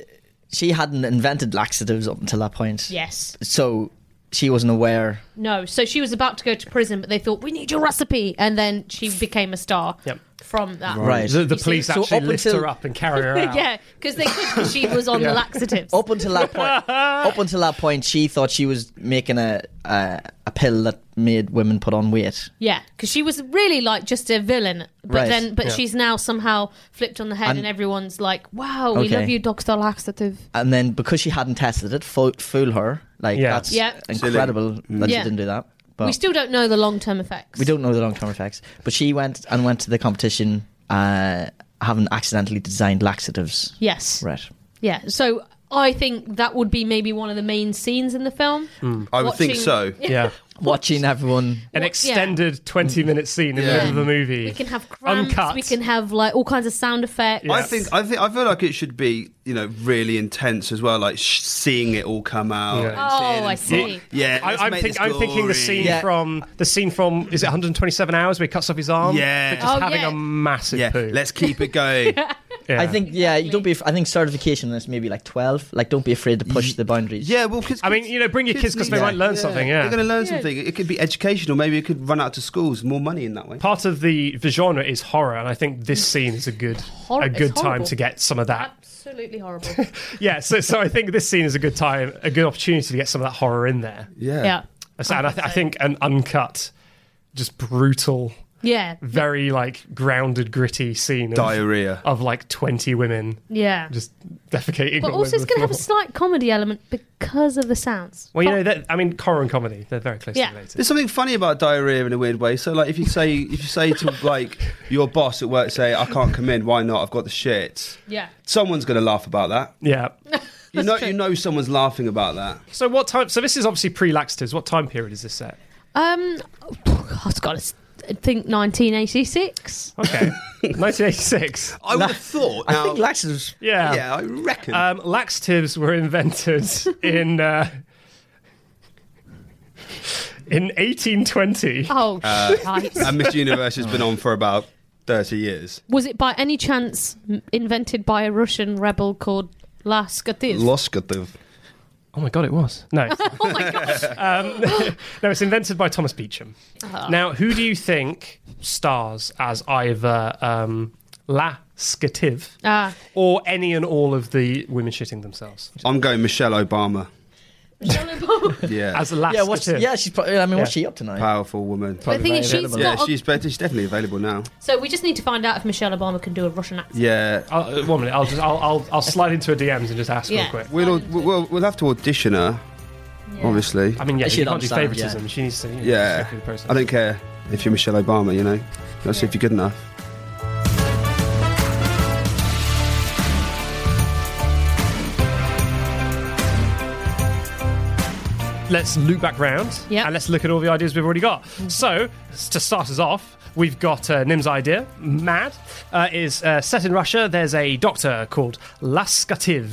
S1: she hadn't invented laxatives up until that point.
S4: Yes.
S1: So she wasn't aware.
S4: No, so she was about to go to prison, but they thought we need your recipe, and then she became a star
S2: Yep.
S4: from that.
S1: Right.
S2: The, the
S4: You see-
S2: police
S1: So
S2: actually
S1: up
S2: lift
S1: until-
S2: her up and carry her out.
S4: Yeah, because they could. 'cause she was on the laxatives.
S1: Up until that point, up until that point, she thought she was making a a, a pill that made women put on weight.
S4: Yeah, because she was really like just a villain, but
S1: Right.
S4: then but
S2: Yeah.
S4: she's now somehow flipped on the head, and, everyone's like, "Wow, we
S1: Okay.
S4: love you, Doctor Laxative."
S1: And then because she hadn't tested it, fo- fool her. Like
S2: Yeah.
S1: that's
S4: Yeah.
S1: incredible that
S4: Yeah.
S1: she didn't do that.
S2: Oh.
S1: But
S4: we
S1: we,
S4: still don't know the long term effects.
S1: don't know the long term effects. But she went and went to the competition, uh, having accidentally designed laxatives.
S4: Yes.
S1: Right.
S4: Yeah. So I think that would be maybe one of the main scenes in the film.
S2: Hmm.
S3: I would think
S4: Watching-
S3: so.
S2: Yeah.
S1: Watching everyone
S2: An
S4: What-
S2: extended 20 minute scene in the
S3: Yeah.
S2: middle of the movie.
S4: We can have cramps.
S2: Uncut.
S4: We can have like all kinds of sound effects.
S3: I
S2: Yeah.
S3: think I think I feel like it should be you know really intense as well, like sh- seeing it all come out.
S2: Yeah.
S3: and
S4: Oh,
S3: seeing
S4: I
S3: it-
S4: see.
S3: Yeah,
S2: I,
S3: let's
S2: I'm,
S3: make
S2: think,
S3: this
S2: I'm thinking the
S3: gory.
S2: scene
S1: Yeah.
S2: from the scene from is it 127 hours where he cuts off his arm?
S3: Yeah.
S2: But just
S4: Oh,
S2: having
S4: yeah.
S2: a massive
S3: Yeah,
S2: poo.
S3: let's keep it going.
S2: Yeah.
S1: I think yeah, you don't be. af- I think certification is maybe like twelve. Like, don't be afraid to push the boundaries.
S3: Yeah, well, kids.
S2: I mean, you know, bring your kids 'cause they
S3: need
S2: might
S3: that.
S2: learn something, yeah.
S3: they're going to learn
S4: Yeah.
S3: something. It could be educational. Maybe it could run out to schools. More money in that way.
S2: part of the, the genre is horror, and I think this scene is a good
S4: Hor-
S2: a
S4: it's
S2: good time
S4: horrible.
S2: to get some of that.
S4: Absolutely horrible.
S2: Yeah. So so I think this scene is a good time, a good opportunity to get some of that horror in there.
S3: Yeah.
S4: yeah.
S2: So, and I, th- I think an uncut, just brutal,
S4: Yeah.
S2: very like grounded, gritty scene of,
S3: Diarrhea.
S2: of like 20 women
S4: Yeah.
S2: just defecating.
S4: but
S2: all over
S4: also, it's
S2: the
S4: going to have a
S2: floor.
S4: slight comedy element because of the sounds.
S2: Well, you know, that, I mean, horror and comedy, they're very closely
S4: Yeah.
S2: related.
S3: There's something funny about diarrhea in a weird way. So, like, if you say if you say to like your boss at work, say, "I can't come in. Why not? I've got the shit."
S4: Yeah.
S3: Someone's going to laugh about that.
S2: Yeah.
S3: You know, you know, someone's laughing about that.
S2: So what time? So this is obviously pre-laxatives. What time period is this set?
S4: Um, I've got to think 1986.
S2: Okay, 1986.
S3: I would have thought.
S1: I
S3: Now,
S1: think laxatives.
S2: Yeah.
S3: yeah, I reckon.
S2: Um, laxatives were invented in uh, in 1820.
S4: Oh,
S2: Uh,
S3: and Miss Universe has been on for about thirty years.
S4: was it by any chance m- invented by a Russian rebel called Laskativ?
S3: Loskativ.
S2: Oh my god, it was no,
S4: oh my gosh!
S2: um, no. It's invented by Thomas Beecham.
S4: Uh-huh.
S2: Now, who do you think stars as either um, laxative
S4: Ah,
S2: or any and all of the women shitting themselves?
S3: I'm going Michelle Obama. Yeah,
S2: As a laxative.
S1: Yeah, what's yeah? She's probably. I mean, what's
S2: Yeah.
S1: she up to now?
S3: powerful woman.
S4: but the thing is,
S1: very
S4: she's
S1: available.
S3: Yeah,
S4: got.
S3: she's bet- she's definitely available now.
S4: so we just need to find out if Michelle Obama can do a Russian accent.
S3: Yeah,
S2: I'll, uh, one minute. I'll just I'll, I'll I'll slide into her DMs and just ask
S4: Yeah.
S2: real quick.
S3: we'll we'll, we'll have to audition her, obviously.
S2: I mean, yeah,
S1: Is
S2: she
S1: she
S2: can't
S1: not
S2: do
S1: sound,
S2: favoritism.
S1: yeah.
S2: She needs to. You know,
S3: Yeah,
S2: just go through the process.
S3: I don't care if you're Michelle Obama. You know, let's see if you're good enough.
S2: let's loop back round
S4: Yep.
S2: and let's look at all the ideas we've already got. So, s- to start us off, we've got uh, Nim's idea, Mad, uh, is uh, set in Russia. There's a doctor called Laskativ.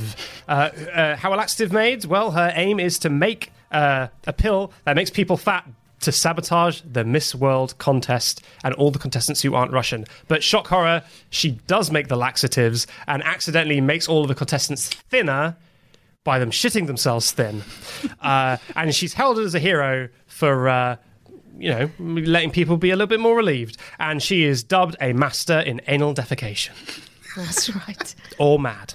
S2: Uh, uh, how a laxative made? Well, her aim is to make uh, a pill that makes people fat to sabotage the Miss World contest and all the contestants who aren't Russian. But shock horror, she does make the laxatives and accidentally makes all of the contestants thinner by them shitting themselves thin. Uh, and she's held as a hero for, uh, you know, letting people be a little bit more relieved. And she is dubbed a master in anal defecation.
S4: That's right.
S2: All mad.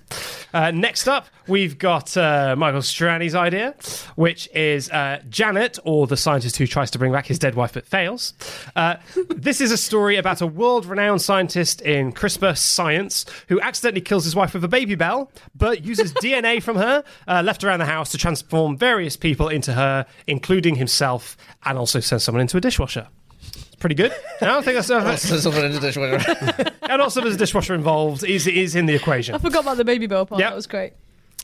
S2: Uh, next up, we've got uh, Michael Strani's idea, which is uh, Janet, or the scientist who tries to bring back his dead wife but fails. Uh, this is a story about a world renowned scientist in CRISPR science who accidentally kills his wife with a baby bell, but uses DNA from her, uh, left around the house, to transform various people into her, including himself, and also send someone into a dishwasher. It's Pretty good. I don't think that's uh,
S1: Something in the dishwasher.
S2: and also there's a dishwasher involved. Is is in the equation.
S5: I forgot about the baby bell part.
S2: Yep.
S5: That was great.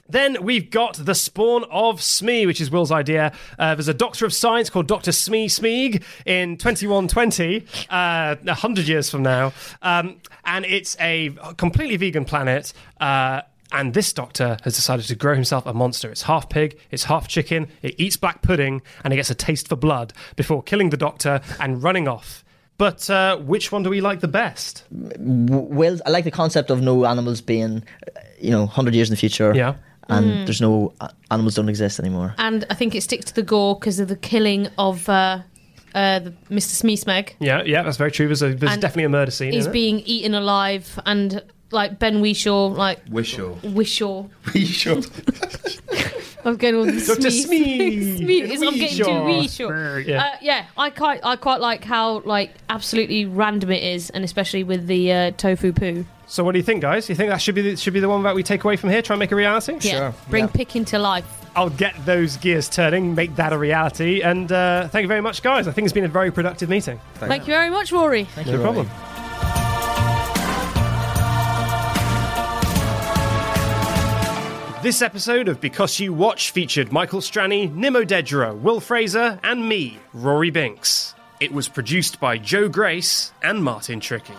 S2: Then we've got the spawn of Smee, which is Will's idea. Uh, there's a doctor of science called Dr. Smee Smeeg in 2120, uh, 100 years from now. Um, and it's a completely vegan planet. Uh, and this doctor has decided to grow himself a monster. It's half pig, it's half chicken, it eats black pudding, and it gets a taste for blood before killing the doctor and running off. But uh, which one do we like the best?
S1: Will I like the concept of no animals being, uh, you know, hundred years in the future.
S2: Yeah.
S1: And there's no uh, animals don't exist anymore.
S4: And I think it sticks to the gore because of the killing of uh, uh, the, Mr. Smeesmeg.
S2: Yeah, yeah, that's very true. There's, a, there's
S4: And
S2: definitely a murder scene.
S4: He's
S2: in it.
S4: being eaten alive, and like Ben Wishaw, like
S3: Wishaw.
S4: Wishaw.
S3: Wishaw.
S4: I'm going all the
S2: Dr. Smee.
S4: Smee. Smee. It's- I'm getting too
S2: Wishaw.
S4: Wishaw.
S2: Yeah.
S4: Uh, yeah, I quite, I quite like how like absolutely random it is, and especially with the uh, tofu poo.
S2: So what do you think, guys? You think that should be the, should be the one that we take away from here? Try and make a reality.
S4: Yeah, bring picking to life.
S2: I'll get those gears turning, make that a reality, and uh, thank you very much, guys. I think it's been a very productive meeting.
S4: Thank you very much, Rory.
S1: Thank
S2: No
S1: you, Rory.
S2: problem. This episode of Because You Watch featured Michael Strani, Nimmo Dedra, Will Fraser, and me, Rory Binks. It was produced by Joe Grace and Martin Tricky.